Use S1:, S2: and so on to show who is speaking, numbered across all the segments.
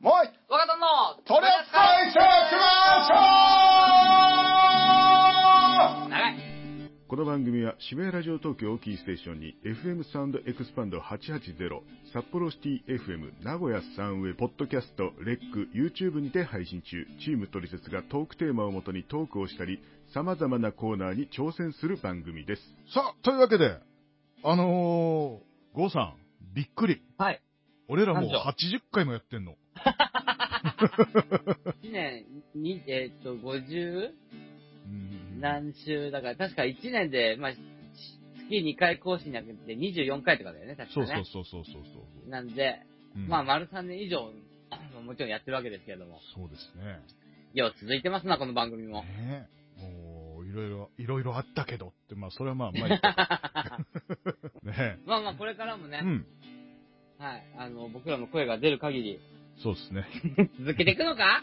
S1: もう
S2: 若田の
S1: 取り扱い説明書
S2: 長い
S3: この番組は渋谷ラジオ東京をキーステーションに FM サウンドエクスパンド880札幌シティ FM 名古屋サンウェイポッドキャストレック YouTube にて配信中チームトリセツがトークテーマをもとにトークをしたり様々なコーナーに挑戦する番組です
S1: さあ、というわけで、あのー、ゴーさん、びっくり。
S2: はい。
S1: 俺らもう
S2: なんぞ
S1: 80回もやってんの。
S4: 1年に、えーっと、50?
S1: うん
S4: 何週だから、確か1年で、まあ、し月2回更新なくて24回とかだよね、確か
S1: そ
S4: ね
S1: う。そうそうそうそうそう。
S4: なんで、
S1: うん
S4: まあ、丸3年以上、 もちろんやってるわけですけれども。
S1: そうですね。
S4: よう続いてますな、この番組も。
S1: ねえもう、いろいろ、いろいろあったけどって、まあ、それはま あ、まあ、ね
S4: まあまあ、これからも
S1: え。
S4: ね
S1: う、ん。
S4: はい、あの、僕らの声が出る限り、
S1: そうですね。
S4: 続けていくのか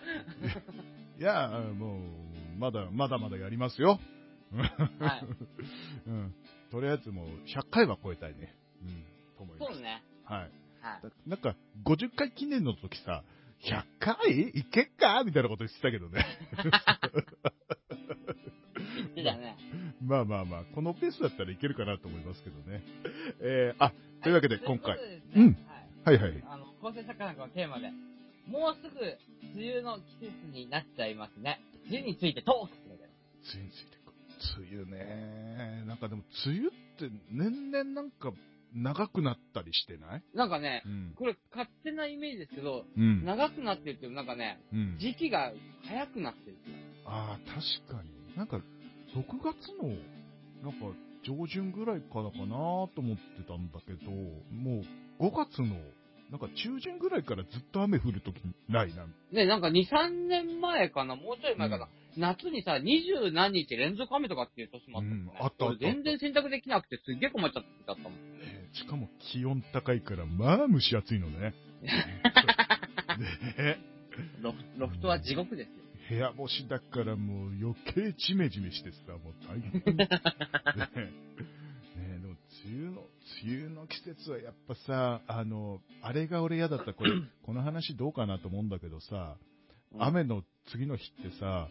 S1: いや、もう、まだ、まだまだやりますよ。
S4: はい。
S1: うん。とりあえずもう、100回は超えたいね。うん。と思いま
S4: そう
S1: す。
S4: ね。
S1: はい。
S4: はい。
S1: だなんか、50回記念の時さ、100回いけっかみたいなこと言ってたけどね。
S4: そうだね。
S1: まあまあまあ、このペースだったらいけるかなと思いますけどね。えー、あ、というわけで今回。
S4: ということ
S1: う
S4: で
S1: ん
S4: ですね。はい。
S1: はいはい。
S4: あの、構成作家なんかのテーマで、もうすぐ梅雨の季節になっちゃいますね。梅雨についてトークするわけです
S1: 梅雨についてこう梅雨ね。なんかでも、梅雨って年々なんか長くなったりしてない
S4: なんかね
S1: う、ん。
S4: これ勝手なイメージですけど、
S1: うん。
S4: 長くなってるっていうなんかね、
S1: うん、
S4: 時期が早くなってるんですよ。
S1: ああ、確かに。なんか、6月の、なんか、上旬ぐらいからかなと思ってたんだけど、もう、5月の、なんか中旬ぐらいからずっと雨降るときないな。
S4: ね、なんか2、3年前かな、もうちょい前かな。夏にさ、二十何日連続雨とかっていう年もあったもんね、
S1: うんあったあった
S4: 俺全然洗濯できなくてすっげえ困っちゃってたもん。
S1: えーしかも気温高いから、まあ蒸し暑いのね。ね
S4: ロフロフトは地獄ですよ。
S1: 部屋干しだからもう余計ジメジメしてさ、もう大変。ねねでも梅雨の、梅雨の季節はやっぱさ、あの、あれが俺嫌だった、これ、この話どうかなと思うんだけどさ、雨の次の日ってさ、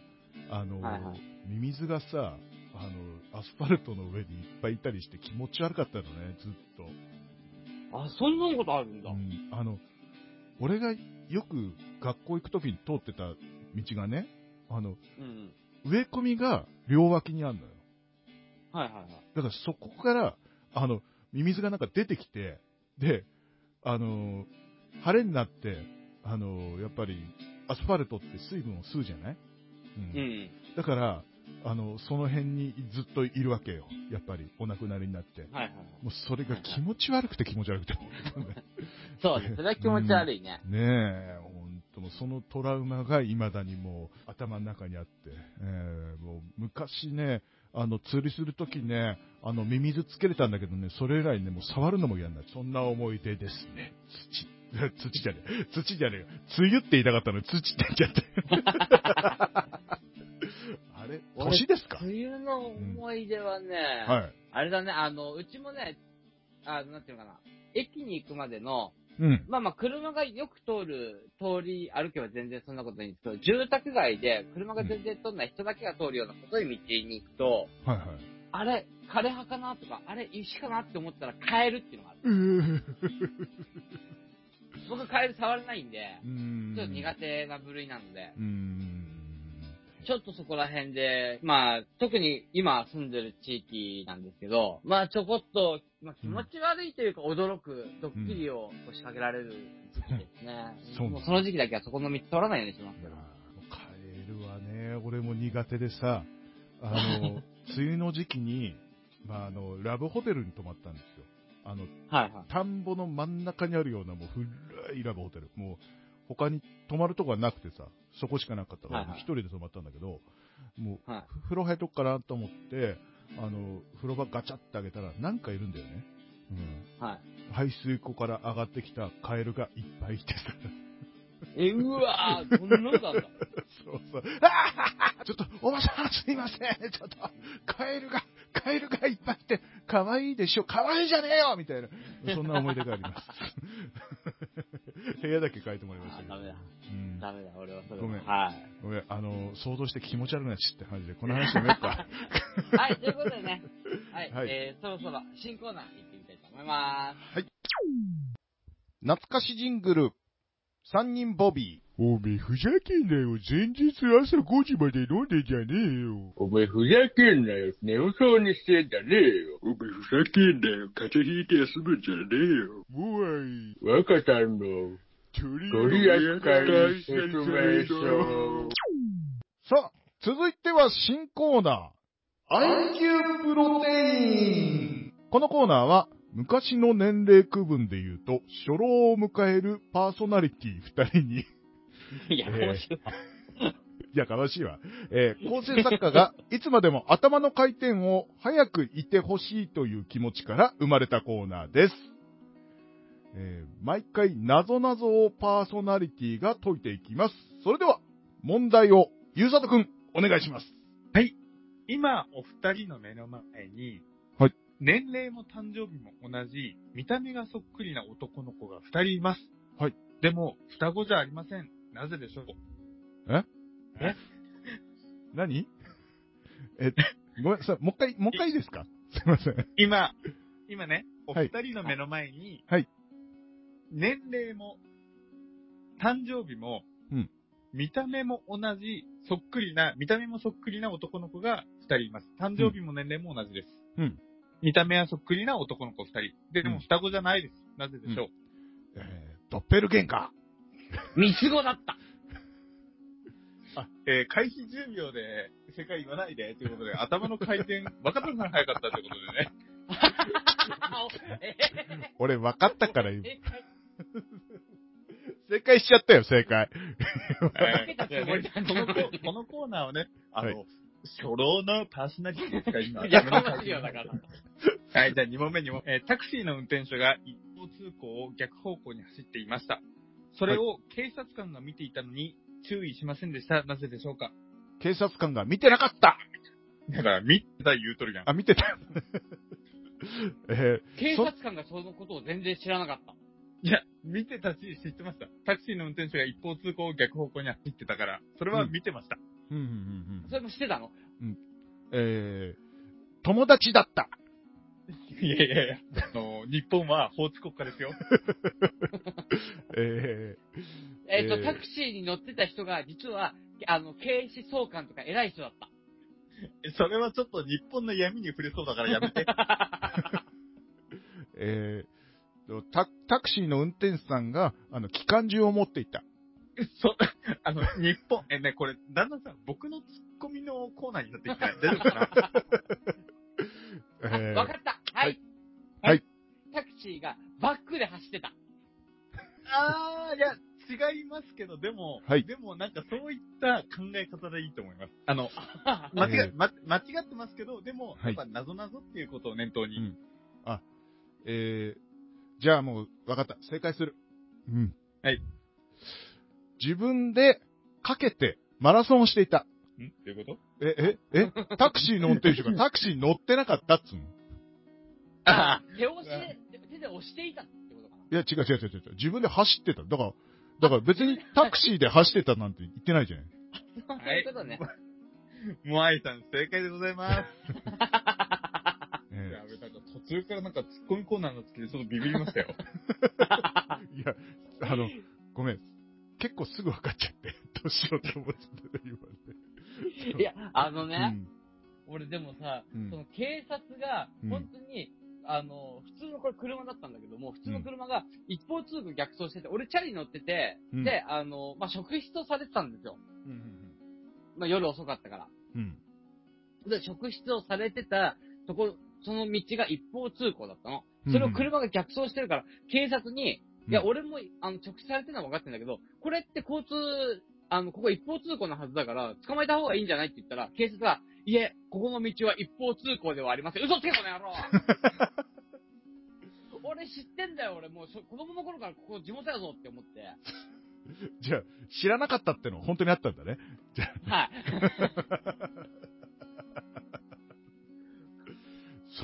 S1: あの、
S4: はいはい
S1: ミミズがさ、あの、アスファルトの上にいっぱいいたりして気持ち悪かったのね、ずっと。
S4: あ、そんなことあるんだ。
S1: うんあの、俺がよく学校行くときに通ってた道がね、あの、
S4: うん。
S1: 植え込みが両脇にあるのよ。
S4: はいはいはい。
S1: だからそこから、あの、ミミズがなんか出てきて、で、あの、晴れになって、あの、やっぱり、アスファルトって水分を吸うじゃない、うん
S4: うん。
S1: だから、あの、その辺にずっといるわけよ。やっぱり、お亡くなりになって。
S4: はいはいはい。
S1: もうそれが気持ち悪くて気持ち悪くて。
S4: そうです。それは気持ち悪いね。
S1: ねえ、本当もうそのトラウマが未だにもう頭の中にあって、えーもう昔ね、あの、釣りするときね、あの、ミミズつけれたんだけどね、それ以来ね、もう触るのも嫌になる。そんな思い出ですね。土、 土じゃねえ、土じゃねえよ。梅雨って言いたかったのに土って言っちゃって。 あれ
S4: 俺
S1: 年ですか
S4: 冬の思い出はね、
S1: はい。
S4: あれだね、あの、うちもね、あの、なんていうのかな、駅に行くまでの、
S1: うん。
S4: まあまあ、車がよく通る、通り歩けば全然そんなことないんですけど、住宅街で車が全然通んない人だけが通るような細い道に行くと、
S1: はいはい。
S4: あれ、枯れ葉かなとか、あれ、石かなって思ったらカエルっていうのがある。
S1: うー
S4: 僕カエル触れないんで、
S1: ん
S4: ちょっと苦手な部類なので、
S1: うーん。
S4: ちょっとそこら辺で、まあ、特に今住んでる地域なんですけど、まあちょこっと、まあ気持ち悪いというか驚くドッキリをこう仕掛けられる時期ですね。
S1: そう
S4: もうその時期だけはそこの道取らないようにします
S1: い
S4: け
S1: やー
S4: ど。
S1: カエルはね、俺も苦手でさ、 あの、梅雨の時期に、まあ、あの、ラブホテルに泊まったんですよ。あの、
S4: はいはい。
S1: 田んぼの真ん中にあるような、もう古いラブホテル。もう、他に泊まるとこがなくてさ、そこしかなかったから、
S4: はいはい
S1: 一人で泊まったんだけど、もう、
S4: はい
S1: 風呂入っとくかなと思って、あの、風呂場ガチャって開けたら、なんかいるんだよね。うん。
S4: はい。
S1: 排水溝から上がってきたカエルがいっぱいいてさ。
S4: え、うわぁ、こんなのがあるんだ。
S1: そうそう。あーちょっと、おばさん、すいません。ちょっと、カエルが、カエルがいっぱいいて、 可愛いでしょ。可愛いじゃねえよみたいな。そんな思い出があります。部屋だけ変えてもらいました
S4: あ
S1: けど。
S4: ダメだ。
S1: うん
S4: ダメだ、俺はそれは
S1: ごめん
S4: はい。
S1: ごめん、あの、想像して気持ち悪いなちって話で、この話やめようか。
S4: はい、ということでね、はい、
S1: はい
S4: えー、そろそろ新コーナー行ってみたいと思いま
S2: 懐かしジングル、三人ボビー。
S1: おめえふざけんなよ。前日朝5時まで飲んでんじゃねえよ。
S5: お前ふざけんなよ。寝遅そうにしてんじゃねえよ。お前ふざけんなよ。風邪ひいて休むんじゃね
S1: もうい。
S5: えよ。若さんの
S1: 鳥
S5: 取り扱い説明書。
S2: さあ、続いては新コーナー。IQ プロテイン
S1: このコーナーは、昔の年齢区分で言うと、初老を迎えるパーソナリティ2人に、
S4: す。いや、
S1: えー
S4: 面 白い。
S1: いや、悲しいわ。えー構成作家が、いつまでも頭の回転を早くいてほしいという気持ちから生まれたコーナーです。えー毎回、謎々をパーソナリティが解いていきます。それでは、問題を、ゆうさとくん、お願いします。
S6: 今、お二人の目の前に、
S1: はい
S6: 年齢も誕生日も同じ、見た目がそっくりな男の子が二人います。
S1: はい。
S6: でも、双子じゃありません。なぜでしょう
S1: 何 え、ごめんなさい、もう一回、もう一回いいですか すいません。
S6: 今、今ね、お
S1: はい
S6: 二人の目の前に、
S1: はい
S6: 年齢も、誕生日も、
S1: うん
S6: 見た目も同じ、そっくりな、見た目もそっくりな男の子が二人います。誕生日も年齢も同じです。
S1: うん
S6: 見た目はそっくりな男の子二人。で、で
S1: うん
S6: も双子じゃないです。なぜでしょう、
S1: えードッペルゲンガ
S4: 三つ子だった
S6: あ、えー開始10秒で世界言わないでということで、頭の回 転、若田さん早かったということでね。
S4: え
S1: ー。俺、分かっ たから、
S4: ー、
S1: 今
S4: 正解
S1: 正解しちゃったよ、正解。
S4: けたつもりだ
S6: このコこのコーナーはね、あの、
S1: はい
S6: 初老のパーソナリティですから、今。
S4: いや、かましいよ、だから。
S6: はい、じゃあ2問目に問目、えータクシーの運転手が一方通行を逆方向に走っていました。それを警察官が見ていたのに注意しませんでした。なぜでしょうか
S1: 警察官が見てなかった
S6: だから、見てた言うとるやん。
S1: あ、見てた。 え
S4: 警察官がそのことを全然知らなかった。
S6: いや、見てたし、知ってました。タクシーの運転手が一方通行を逆方向に走ってたから、それは見てました。
S1: ー、うんうん
S4: それもしてたの
S1: うんうん。えー、友達だった。
S6: いやいやいや、あの、日本は法治国家ですよ。
S1: え
S4: えっ、と、
S1: えー
S4: タクシーに乗ってた人が、実は、あの、警視総監とか偉い人だった。
S6: それはちょっと日本の闇に触れそうだからやめて。
S1: ー、えーとタ、タクシーの運転手さんが、あの、機関銃を持っていた。
S6: そ、あの、日本、え、ね、これ、旦那さん、僕のツッコミのコーナーになって きたら大丈夫かな
S1: え
S4: あ
S1: ー
S4: わかったはい、
S1: はいはい
S4: タクシーがバックで走って た。
S6: あー、いや、違いますけど、でも、
S1: はい
S6: でもなんかそういった考え方でいいと思います。あの、
S4: あ
S6: 間違,、
S1: えー
S6: ま、間違ってますけど、でも、
S1: はい
S6: やっぱ謎々っていうことを念頭に。
S1: うんえー、じゃあもう、わかった。正解する。うん。
S6: はい。
S1: 自分で、かけて、マラソンをしていた。
S6: んどういうこと
S1: え、え、 え、タクシーの運転手がタクシーに乗ってなかったっつうのい
S6: あ
S4: 手押しで、手で押していたってことかな
S1: や、違う違う違う違う。自分で走ってた。だから、だから別にタクシーで走ってたなんて言ってないじゃない。
S4: そういうことね。
S6: あ、もう愛さん正解でございます。
S1: え
S6: やべ、なんか途中からなんか突っ込みコーナーになってきて、ちょっとビビりましたよ。
S1: えいや、あの、ごめん。結構すぐ分かっちゃって、 どうしようと思ってた、今
S4: いや、あのね、
S1: ね。
S4: 俺でもさ、
S1: うん
S4: その警察が
S1: うん、
S4: 本当に、あの、普通のこれ車だったんだけども、普通の車が一方通行逆走してて、俺チャリ乗ってて、
S1: うん
S4: で、あの、まあ、職質をされてたんですよ。まあ、夜遅かったから。
S1: うん。うん。
S4: で、職質をされてたところ、その道が一方通行だったの。それを車が逆走してるから、警察に、
S1: うん
S4: いや、俺も、あの、直視されてるのは分かってんだけど、これって交通、あの、ここ一方通行のはずだから、捕まえた方がいいんじゃないって言ったら、警察が、いえ、ここの道は一方通行ではありません。嘘つけ、この野 郎俺知ってんだよ、俺。もう、そ子供の頃からここ地元やぞって思って。
S1: じゃあ、知らなかったってのは本当にあったんだね。
S4: はい。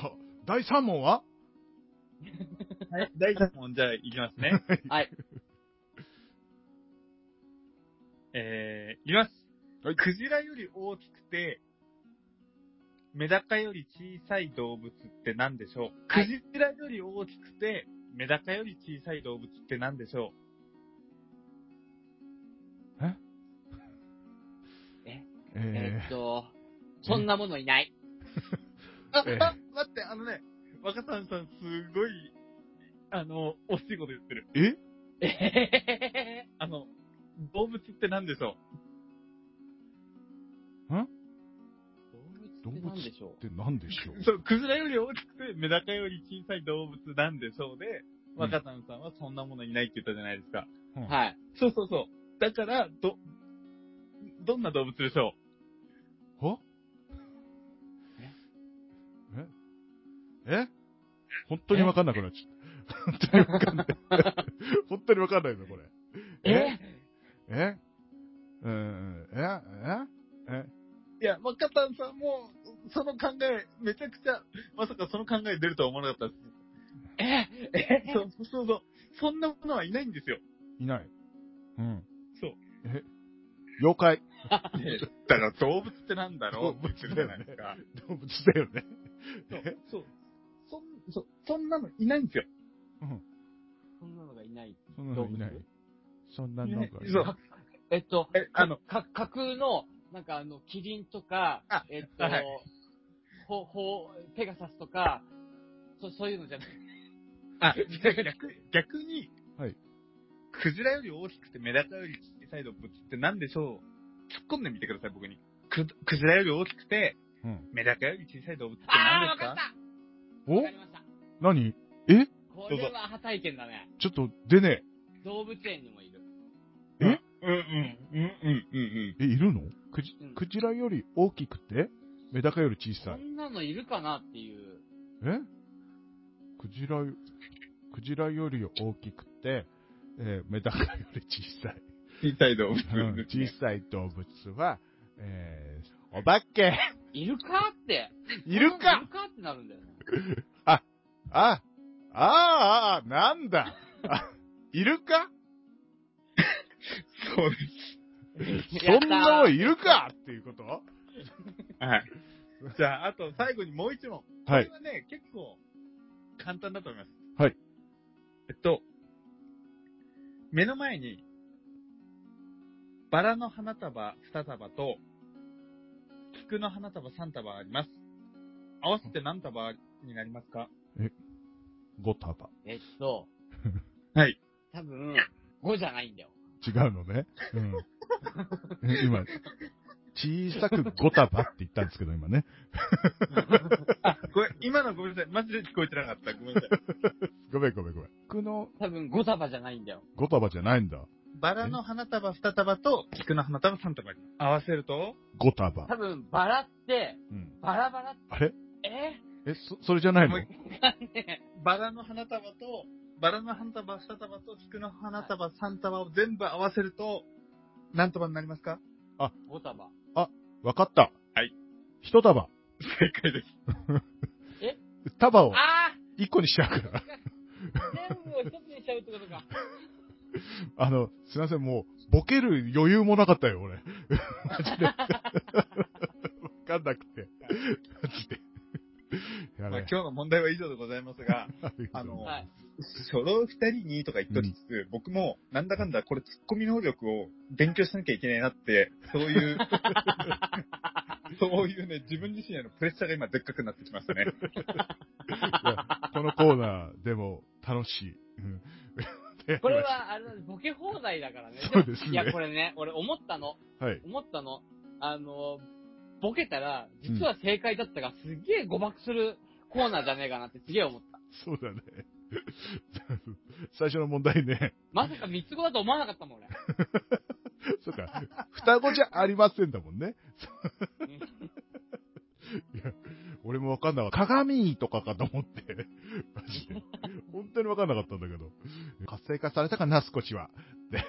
S1: そう。第3問は
S6: はい、第3問じゃあいきますね。
S4: はい。
S6: えー、いきます、
S1: はい
S6: クジラより大きくて、メダカより小さい動物って何でしょう、
S4: はい
S6: クジラより大きくて、メダカより小さい動物って何でしょ
S1: え
S4: えーっと、そんなものい ない。
S6: うあ、
S1: ええ
S6: あ、待って、あのね、若さんさん、すごい、あの、惜しいこと言ってる。
S4: えへへ
S6: あの、動物って何でしょ
S1: ー
S4: 動
S1: 動物
S4: 物
S1: っ
S4: って何でしょう
S1: て何でしょう
S6: うそう、クジラより大きくて、メダカより小さい動物なんでしょうで、
S1: ん
S6: 若さんさんはそんなものいないって言ったじゃないですか。
S4: はい。
S6: そうそうそう。だから、ど、どんな動物でしょ
S1: はええ本当にわかんなくなっちゃった。 本当にわかんない。本当にわかんないぞ、これ。
S4: え
S1: えうん、えええ
S6: ういや、若田さんも、その考え、めちゃくちゃ、まさかその考え出るとは思わなかったです。
S4: ええ
S6: そうそうそうそう。そんなものはいないんですよ。
S1: いない。うん。
S6: そう。
S1: え妖怪。
S6: だから動物ってなんだろう
S1: 動物
S6: って言ってるじゃないですか。
S1: 動物だよね。
S6: そうそう。そん、そ、そんなのいないんですよ。
S4: そんなのがいない。
S1: そんなのいない
S4: 動物。
S1: そんなのがいない。
S6: そう
S4: かえっと、
S6: え、あの、
S4: か、架空の、なんかあの、キリンとか
S6: あ、
S4: えっと、
S6: はい
S4: ほ、ほ、ペガサスとか、そ、そういうのじゃない。
S6: あ、逆逆に、
S1: はい
S6: クジラより大きくてメダカより小さい動物って何でしょう突っ込んでみてください、僕に。ククジラより大きくて、
S1: うん
S6: メダカより小さい動物って
S4: ああ、
S6: 何で
S4: わ
S6: す
S4: か
S6: か
S4: ったわ
S1: お
S4: かりました。
S1: 何
S4: これは破体験だね。
S1: ちょっと出ね
S4: 動物園にもいる。
S6: うんうん、うんうん、うん
S1: え。え、いるのクジ
S4: うん
S1: クジラより大きくて、メダカより小
S4: そ
S1: さい。
S4: んなのいるかなっていう。
S1: えクジラよ、クジラより大きくて、えーメダカより小さい。
S6: うん。小さい動物。
S1: うん小さい動物は、えー、お化け
S4: いるかって。
S1: いる
S4: い
S1: か
S4: るかってなるんだよね。
S1: あ、ああ、あなんだあいるか
S6: そうです。
S1: そんなのい
S4: る
S1: るかっていうこと
S6: はい。じゃあ、あと最後にもう一問。
S1: は
S6: これはね、結構、簡単だと思います。
S1: はい。
S6: えっと、目の前に、バラの花束2束と、菊の花束3束あります。合わせて何束になりますか
S1: 5束。
S4: えっと、
S6: はい。
S4: 多分、5じゃないんだよ。
S1: 違うのね。うん。 え今、小さく5束って言ったんですけど、今ね。
S6: あ、これ、今のごめんなさい。マジで聞こえてなかった。ごめんなさ い。
S1: ごめんごめんごめん。僕の
S4: 多分5束じゃないんだよ。
S1: 5束じゃないんだ。
S6: バラの花束2束と、菊の花束3束あります。合わせると、
S1: 5束。
S4: 多分、バラって、
S1: うん。
S4: バラバラって、
S1: あれ
S4: え
S1: え、そ、それじゃないの
S6: もうバラの花束と、バラの花束2束と、菊の花束3束を全部合わせると、何束になりますか
S4: ?5 束。
S1: わかった。
S6: はい。
S1: 一束。
S6: 正解です。
S1: 束を
S4: あ
S1: 一個にしちゃうから。
S4: あ全部を一つにしちゃうってことか。
S1: あの、すいません、もう、ボケる余裕もなかったよ、俺。 マジで。わかんなくて。マジで。や
S6: まあ、今
S1: べ
S6: 日の問題は以上でございます が、 あの、
S4: はい。
S6: 初老二人にとか言っときつつ、僕もなんだかんだこれ突っ込み能力を勉強しなきゃいけないなって、そういう、 そういうね、自分自身へのプレッシャーが今でっかくなってきましたね。
S1: このコーナーでも楽しい。うん
S4: これ、は、あの、ボケ放題だからね。
S1: そうですね
S4: いや、これね、俺思ったの。
S1: はい。
S4: 思ったの。あの、ボケたら、実は正解だったが、すげえ誤爆するコーナーじゃねえかなってすげえ思った。
S1: そうだね。 最初の問題ね。
S4: まさか三つ子だと思わなかった もん、俺。
S1: そうか。双子じゃありませんだもんね。俺もわかんなかった。鏡とかかと思って。マジで。本当にわかんなかったんだけど。活性化されたかな、少しは。で、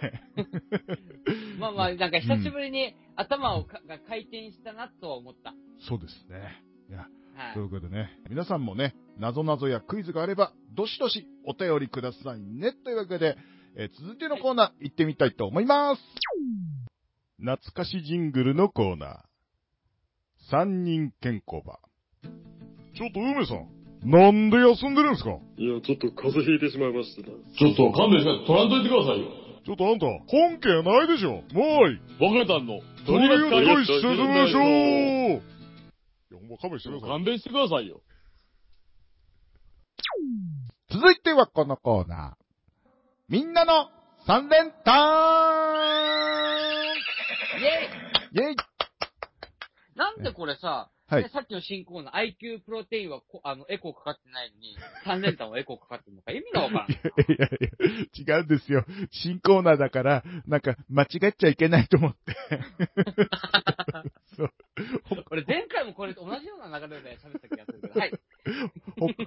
S4: まあまあ、なんか久しぶりに頭をかが回転したなとは思った。
S1: そうですね。いや、
S4: はい
S1: という。ことでね、皆さんもね、謎々やクイズがあれば、どしどしお便りくださいね。というわけで、えー続いてのコーナー、行ってみたいと思います。懐かしジングルのコーナー。三人健康場。ちょっと梅さん、なんで休んでるんですか
S7: いや、ちょっと風邪ひいてしまいましてな。
S5: ちょっと勘弁して、取らんといてくださいよ。
S1: ちょっとあんた、本家ないでしょもうい
S5: 別れたんの。
S1: とりあえず
S5: とりあえず
S1: 進みましょういや、ほんま勘弁してください。
S5: 勘弁してくださいよ。
S8: 続いてはこのコーナー。みんなの三連単
S4: イェイ
S8: イェイ
S4: なんでこれさ、
S8: はい
S4: ねさっきの新コーナー、IQ プロテインはこあのエコーかかってないのに、3連単はエコーかかってるのか意味がわからん。
S8: いやいや、違うんですよ。新コーナーだから、なんか、間違っちゃいけないと思って。
S4: 俺前回もこれと同じような流れで喋った気がするけど、はい。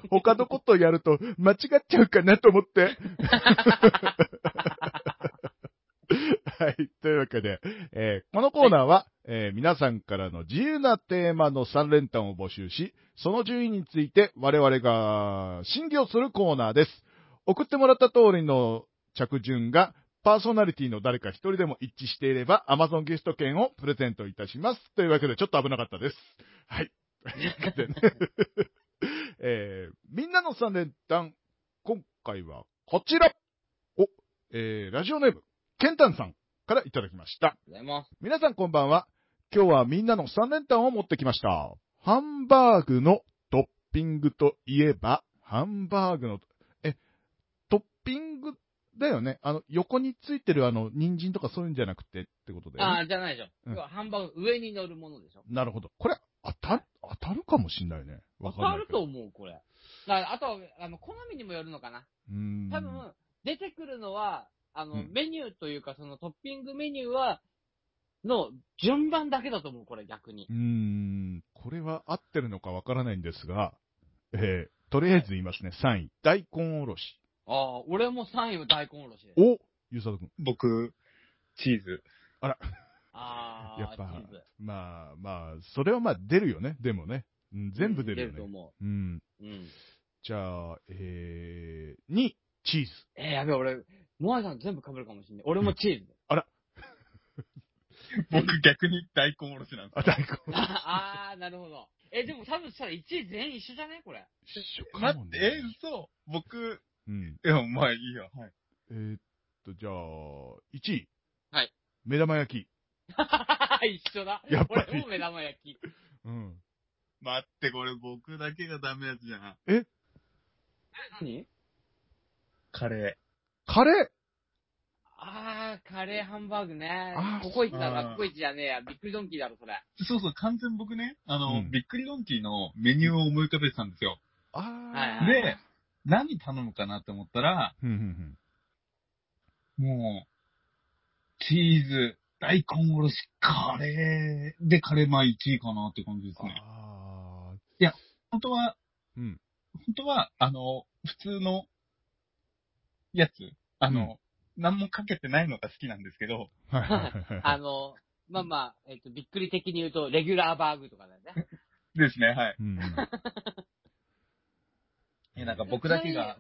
S8: ほ他のことをやると、間違っちゃうかなと思って。
S1: はい。というわけで、えーこのコーナーは、えー皆さんからの自由なテーマの3連単を募集し、その順位について我々が審議をするコーナーです。送ってもらった通りの着順が、パーソナリティの誰か一人でも一致していれば、Amazon ギフト券をプレゼントいたします。というわけで、ちょっと危なかったです。はい。というわけでね えーみんなの3連単、今回はこちらお、えーラジオネーム、ケンタンさん。からいただきました。
S4: ありがとうございます。
S1: 皆さんこんばんは。今日はみんなの三連単を持ってきました。ハンバーグのトッピングといえば、ハンバーグの、え、トッピングだよね。あの、横についてるあの、人参とかそういうんじゃなくてってことで、
S4: ああ、じゃないでしょ。
S1: うん
S4: 要はハンバーグ上に乗るものでしょ。
S1: なるほど。これ、当たる、当たるかもしんないね。
S4: わ
S1: わかん
S4: か
S1: ない
S4: る
S1: けど。
S4: と思う、これ。だからあとは、あの、好みにもよるのかな。
S1: うーん。
S4: 多分、出てくるのは、あの、
S1: うん
S4: メニューというか、そのトッピングメニューは、の順番だけだと思う、これ逆に
S1: う。ーん、これは合ってるのかわからないんですが、えー、とりあえず言いますね。3位、大根おろし。
S4: ああ、俺も3位は大根おろしです。
S1: おゆうさとくん。
S6: 僕、チーズ。
S4: ああ、
S1: やっぱ
S4: チーズ
S1: まあまあ、それはまあ出るよね、でもね。うん、全部出るよ
S4: 出ると
S1: ね。
S4: 思
S1: うん。
S4: う。うん。
S1: じゃあ、えー、2、チーズ。
S4: えー、やべえ、俺、モアイさん全部被るかもしんない。俺もチー ズ。
S6: 僕逆に大根おろしなんです。
S1: あ、大根。
S4: ああ、なるほど。え、でも多分したら1位全員一緒じゃねこれ。
S1: 一緒か
S6: 待
S1: も
S6: っ
S1: ね
S6: て、え、嘘僕、
S1: うん。
S6: いや、まあいいよ。はい。
S1: えーっと、じゃあ、1位。
S4: はい。
S1: 目玉焼き。
S4: 一緒だ。
S1: やっぱり
S4: 俺も目玉焼き。
S1: うん。
S6: 待って、これ僕だけがダメなやつじゃん。
S4: 何
S6: カレ
S1: カレー
S4: あー、カレーハンバーグね
S1: あ。ー
S4: ココイチだ
S6: そう
S4: な、ココイチじゃねえや。ビックリドンキーだろ、 それ。
S6: ー。そうそう、完全僕ね、あの、
S1: うん
S6: びっくりドンキーのメニューを思い浮かべてたんですよ。
S1: あ
S4: はいはい。
S6: で、何頼むかなって思ったら、
S1: ー。うん、うん、
S6: もう、チーズ、大根おろし、カレーで、カレーまあ1位かなって感じです
S1: うん。
S6: ね。
S1: あ
S6: 本当は、
S1: うん
S6: 本当は、あの、普通のやつ、あの、何もかけてないのが好きなんですけど、
S1: ー。はいはいはいは い。
S4: あの、まあまあ、えっと、びっくり的に言うと、レギュラーバーグとかだよ ね。
S6: ですね、はい。
S1: うんうん。
S6: え、なんか僕だけが、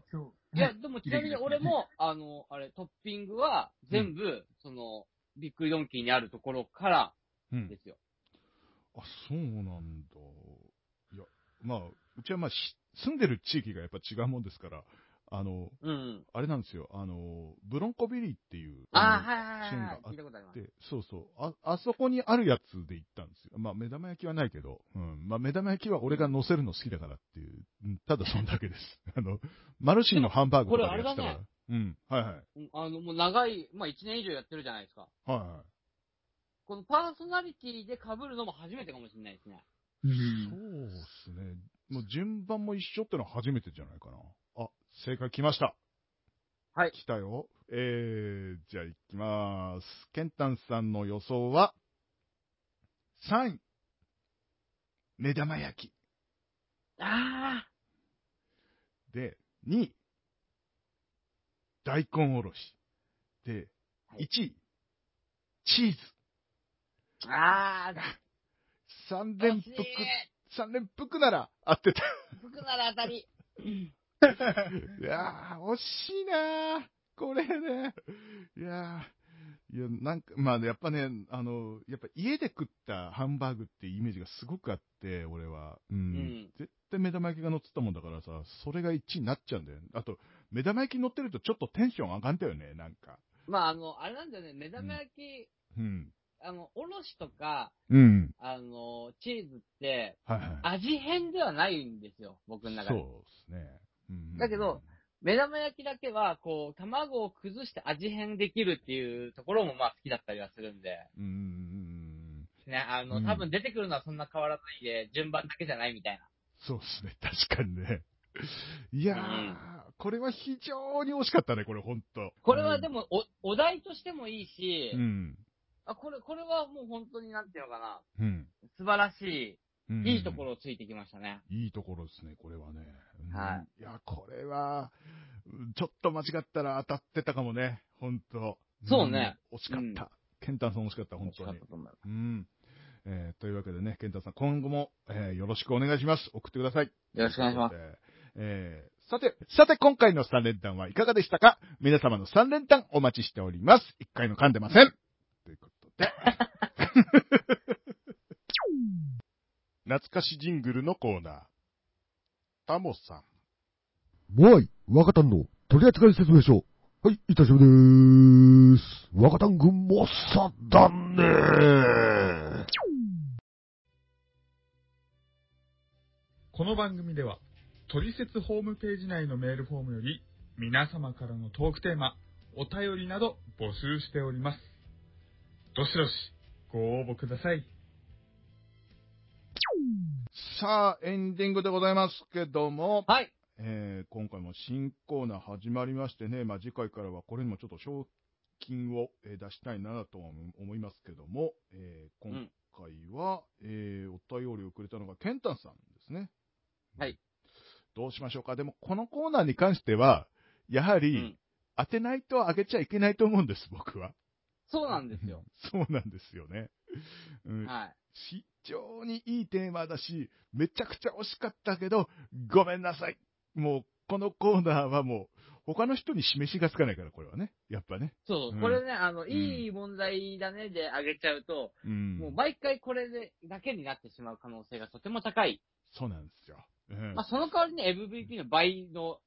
S4: いや、でもちなみに俺も、あの、あれ、トッピングは全部、その、ビックリドンキーにあるところから
S1: うん
S4: ですよ。
S1: あ、そうなんだ。いや、まあ、うちはまあ、し住んでる地域がやっぱ違うもんですから、あの、
S4: うん。
S1: あれなんですよ、あの、ブロンコビリーっていう、
S4: あー、
S1: の
S4: はいはいはい
S1: シーンが
S4: は
S1: あ
S4: い。
S1: っ
S4: 聞いたことあります。
S1: でそうそうあ、あそこにあるやつで行ったんですよ。まあ、目玉焼きはないけど、うん、まあ、目玉焼きは俺が乗せるの好きだからっていう、うん、ただそんだけです。あの、マルシーのハンバーグとかでやってたか
S4: でもこれあれ
S1: ら
S4: だ。
S1: うん、はいはい。はい
S4: うんあの、もう長い、まあ1年以上やってるじゃないですか。
S1: は
S4: このパーソナリティで被るのも初めてかもしれないですね。
S6: う
S1: い。そ
S6: ん、
S1: うですね。もう順番も一緒ってのは初めてじゃないかな。あ、正解来ました。
S4: はい
S1: 来たよ。えー、じゃあ行きまーす。ケンタンさんの予想は、3位。目玉焼き。
S4: あ
S1: で、2位。大根おろし。で、
S4: はい
S1: 1位。チーズ。
S4: あ、ああ、
S1: 三
S4: 惜
S1: 連
S4: しい
S1: 服。三連服なら合ってた。
S4: 服なら当たり。
S1: いやー、惜しいなー。これね。いやー。いや、なんか、まあね、やっぱね、あの、やっぱ家で食ったハンバーグっていうイメージがすごくあって、俺は。うん。
S4: ん
S1: 絶対目玉焼きが乗ってたもんだからさ、それが1位になっちゃうんだよ。あと、目玉焼き乗ってるとちょっとテンション上がんだよね、なんか。
S4: まあ、あの、あれなんだよね、目玉焼き、
S1: うん。
S4: あの、おろしとか、
S1: うん。
S4: あの、チーズって、
S1: はいは
S4: 味変ではないんですよ、僕の
S1: い。
S4: 中
S1: そう
S4: で。
S1: ですね。うん
S4: だけど、目玉焼きだけは、こう、卵を崩して味変できるっていうところもまあ好きだったりはするんで、
S1: うんうんうん。
S4: ね、あ
S1: う
S4: の、
S1: ん
S4: 多分出てくるのはそんな変わらないで、順番だけじゃないみたいな。
S1: そうですね、 確かにね。いやー、
S4: うん
S1: これは非常に惜しかったね、これ、ほんと。
S4: これはで
S1: も、
S4: も、お、お題としてもいいし、
S1: うん。
S4: あ、これ、これはもう本当になんていうのかな、
S1: うん。
S4: 素晴らし
S1: う
S4: い、
S1: ん
S4: いいところをついてきましたね。
S1: いいところですね、これはね。うん。
S4: はい
S1: いや、これは、うんちょっと間違ったら当たってたかもね、ほんと。
S4: そうね
S1: うん。惜しかった。ケンタンさん惜しかった、本当に。
S4: と思います。
S1: うん。えーというわけでね、ケンタンさん、今後も、えーよろしくお願いします。送ってください。
S4: よろしくお願いします。
S1: えーさて、さて今回の三連単はいかがでしたか皆様の三連単お待ちしております。一回の噛んでませんということ で。懐かしジングルのコーナー。タモさん。
S9: わい、若旦の取扱説明書。はい、いたしまでーす。若旦くんもっさだねー。
S6: この番組では、トリセツホームページ内のメールフォームより、皆様からのトークテーマ、お便りなど募集しております。どしどし、ご応募ください。
S1: さあ、エンディングでございますけども、
S4: はい。
S1: えー今回も新コーナー始まりましてね、まあ、次回からはこれにもちょっと賞金をえー出したいなとは思いますけども、えー今回は、えーお便りをくれたのがケンタンさんですね。
S4: はい。
S1: どうしましょうか。でも、このコーナーに関しては、やはり、
S4: うん
S1: 当てないとあげちゃいけないと思うんです、僕は。
S4: そうなんですよ。
S1: そうなんですよね。うん、
S4: はい。
S1: 非常にいいテーマだし、めちゃくちゃ惜しかったけど、ごめんなさい。もう、このコーナーはもう、他の人に示しがつかないから、これはね。やっぱね。
S4: そう、
S1: うん
S4: これね、あの、いい問題だねであげちゃうと、
S1: うん。
S4: もう毎回これで、だけになってしまう可能性がとても高い。
S1: そうなんですよ。うん
S4: まあ、その代わりに MVP の倍の、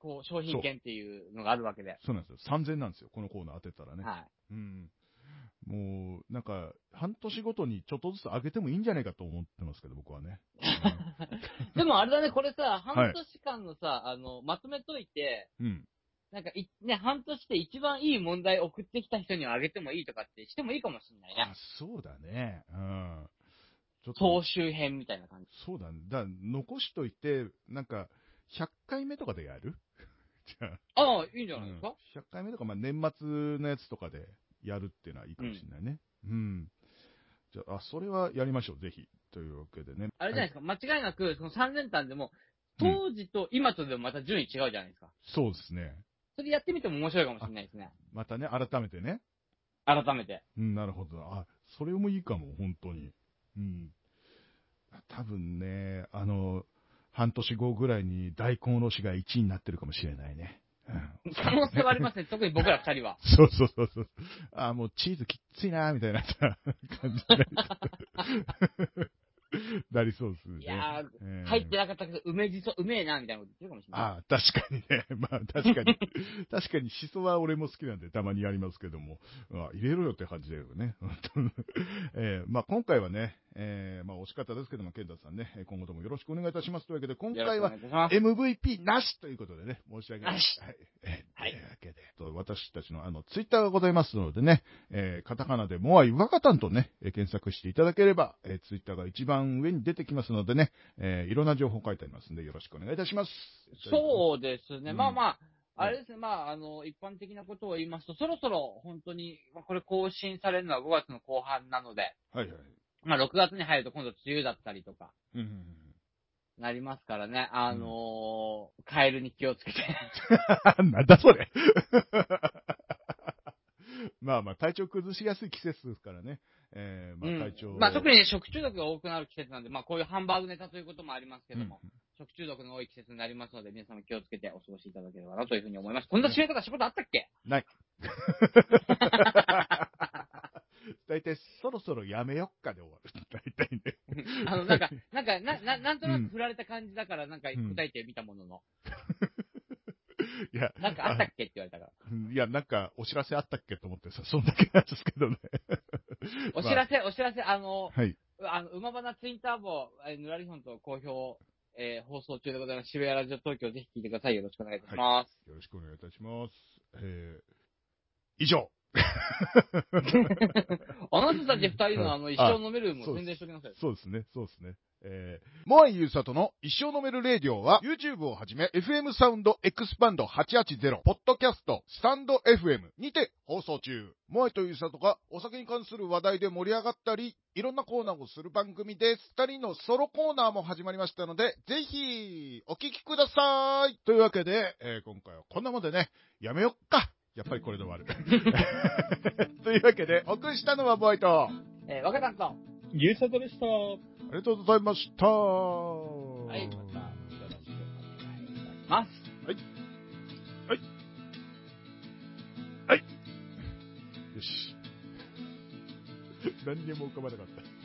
S4: こう、商品券っていうのがあるわけで。
S1: そうなんですよ。3000なんですよ。このコーナー当てたらね。
S4: はい。
S1: うん。もう、なんか、半年ごとにちょっとずつ上げてもいいんじゃないかと思ってますけど、僕はね。
S4: でもあれだね、これさ、
S1: はい
S4: 半年間のさ、あの、まとめといて、
S1: うん。
S4: なんかい、ね、半年で一番いい問題送ってきた人にはあげてもいいとかってしてもいいかもしれない
S1: あ
S4: ね。、
S1: そうだね。うん。ちょ
S4: 総
S1: っ
S4: 集編みたいな感じ。
S1: そうだね。だから残しといて、なんか、100回目とかでやる じゃあ、
S4: ああ、いいんじゃ
S1: う
S4: ないで
S1: ん
S4: すか、
S1: 100回目とか、まあ、年末のやつとかでやるっていうのはいいかもしれないね。うん。じゃあ、あそれはやりましょう、ぜひ。というわけでね。
S4: あれじゃない
S1: は
S4: ですか、間違いなく、その3連単でも、当時と今とでもまた順位違うじゃないですか。
S1: そうですね。
S4: それやってみても面白いかもしれないですね。
S1: またね、改めてね。
S4: 改めて。
S1: うん、なるほど。あ、それもいいかも、本当に。うん。多分ね、あの、半年後ぐらいに大根おろしが1位になってるかもしれないね。うん
S4: 可能性はあります ね、特に僕ら二人は。
S1: そうそうそうそう。あーもうチーズきっついなーみたいなさ感じになりそうですね。
S4: いやー、
S1: えー
S4: 入ってなかったけど、梅じそうめえな、みたいなこと言ってるかもしれない。
S1: ああ、確かにね。 まあ確かに。確かにシソは俺も好きなんでたまにやりますけども。あ入れろよって感じだよね。本当えーまあ今回はね、えーまあ惜しかったですけども、ケンタさんね、えー今後ともよろしくお願いいたします。というわけで、今
S4: よろし
S1: 回
S4: くお願い
S1: は
S4: いたします。
S1: MVP なしということでね、申し訳ない。
S4: なし
S1: はい。
S4: はい
S1: というわけで、と私たちのあの、ツイッターがございますのでね、えーカタカナでモアイワカタンとね、えー検索していただければ、えーツイッターが一番上に出てきますのでね、えーいろんな情報書いてありますんで、よろしくお願いいたします。
S4: そうですね、
S1: うん
S4: まあまあ、あれですね、まあ、あの、一般的なことを言いますと、そろそろ本当に、まあこれ更新されるのは5月の後半なので、
S1: はいはい。
S4: まあ6月に入ると今度梅雨だったりとか、
S1: うんうん
S4: なりますからね、あのーカエルに気をつけて。
S1: うん。なんだそれ まあまあ、体調崩しやすい季節ですからね。 えーまあ体調、
S4: うんまあ特にね食中毒が多くなる季節なんで、まあこういうハンバーグネタということもありますけども、食中毒の多い季節になりますので、皆様気をつけてお過ごしいただければなというふうに思います。こんな締め方したことあったっけ
S1: 大体、そろそろやめよっかで終わる。 大体ね。
S4: あの、なんか、なんか、な、ななんとな
S1: うん
S4: く振られた感じだから、なんか
S1: ん
S4: 答えてみたものの、
S1: いや、
S4: なんかあったっけって言われ たから。
S1: いや、なんか、お知らせあったっけと思ってさ、そんだけなんですけどね。
S4: お知らせ、お知らせ、あの、
S1: はい。
S4: あの、馬花ツインターボ、えーぬらりほんと好評、えー放送中でございます。渋谷ラジオ東京、ぜひ聞いてください。よろしくお願いいたします。
S1: よろしくお願いいたします。えー、以上
S4: あなたたち二人のあの、一生飲めるも宣伝しておきなさい。
S1: そうですね、そうですね。えー、モアイユーサトの一生飲めるレディオは、YouTube をはじめ、FM サウンドエクスパンド880、ポッドキャスト、スタンド FM にて放送中。モアイとユーサトがお酒に関する話題で盛り上がったり、いろんなコーナーをする番組です。二人のソロコーナーも始まりましたので、ぜひ、お聞きくださいというわけで、えー今回はこんなもんでね、やめよっかやっぱりこれで 終わる。というわけで、お送りしたのはボワイト。
S4: えー、若旦さん。
S6: ゆうさとでした。
S1: ありがとうございました。は
S4: はい、また、よろしくお願いいたします。
S1: よし。何にも浮かばなかった。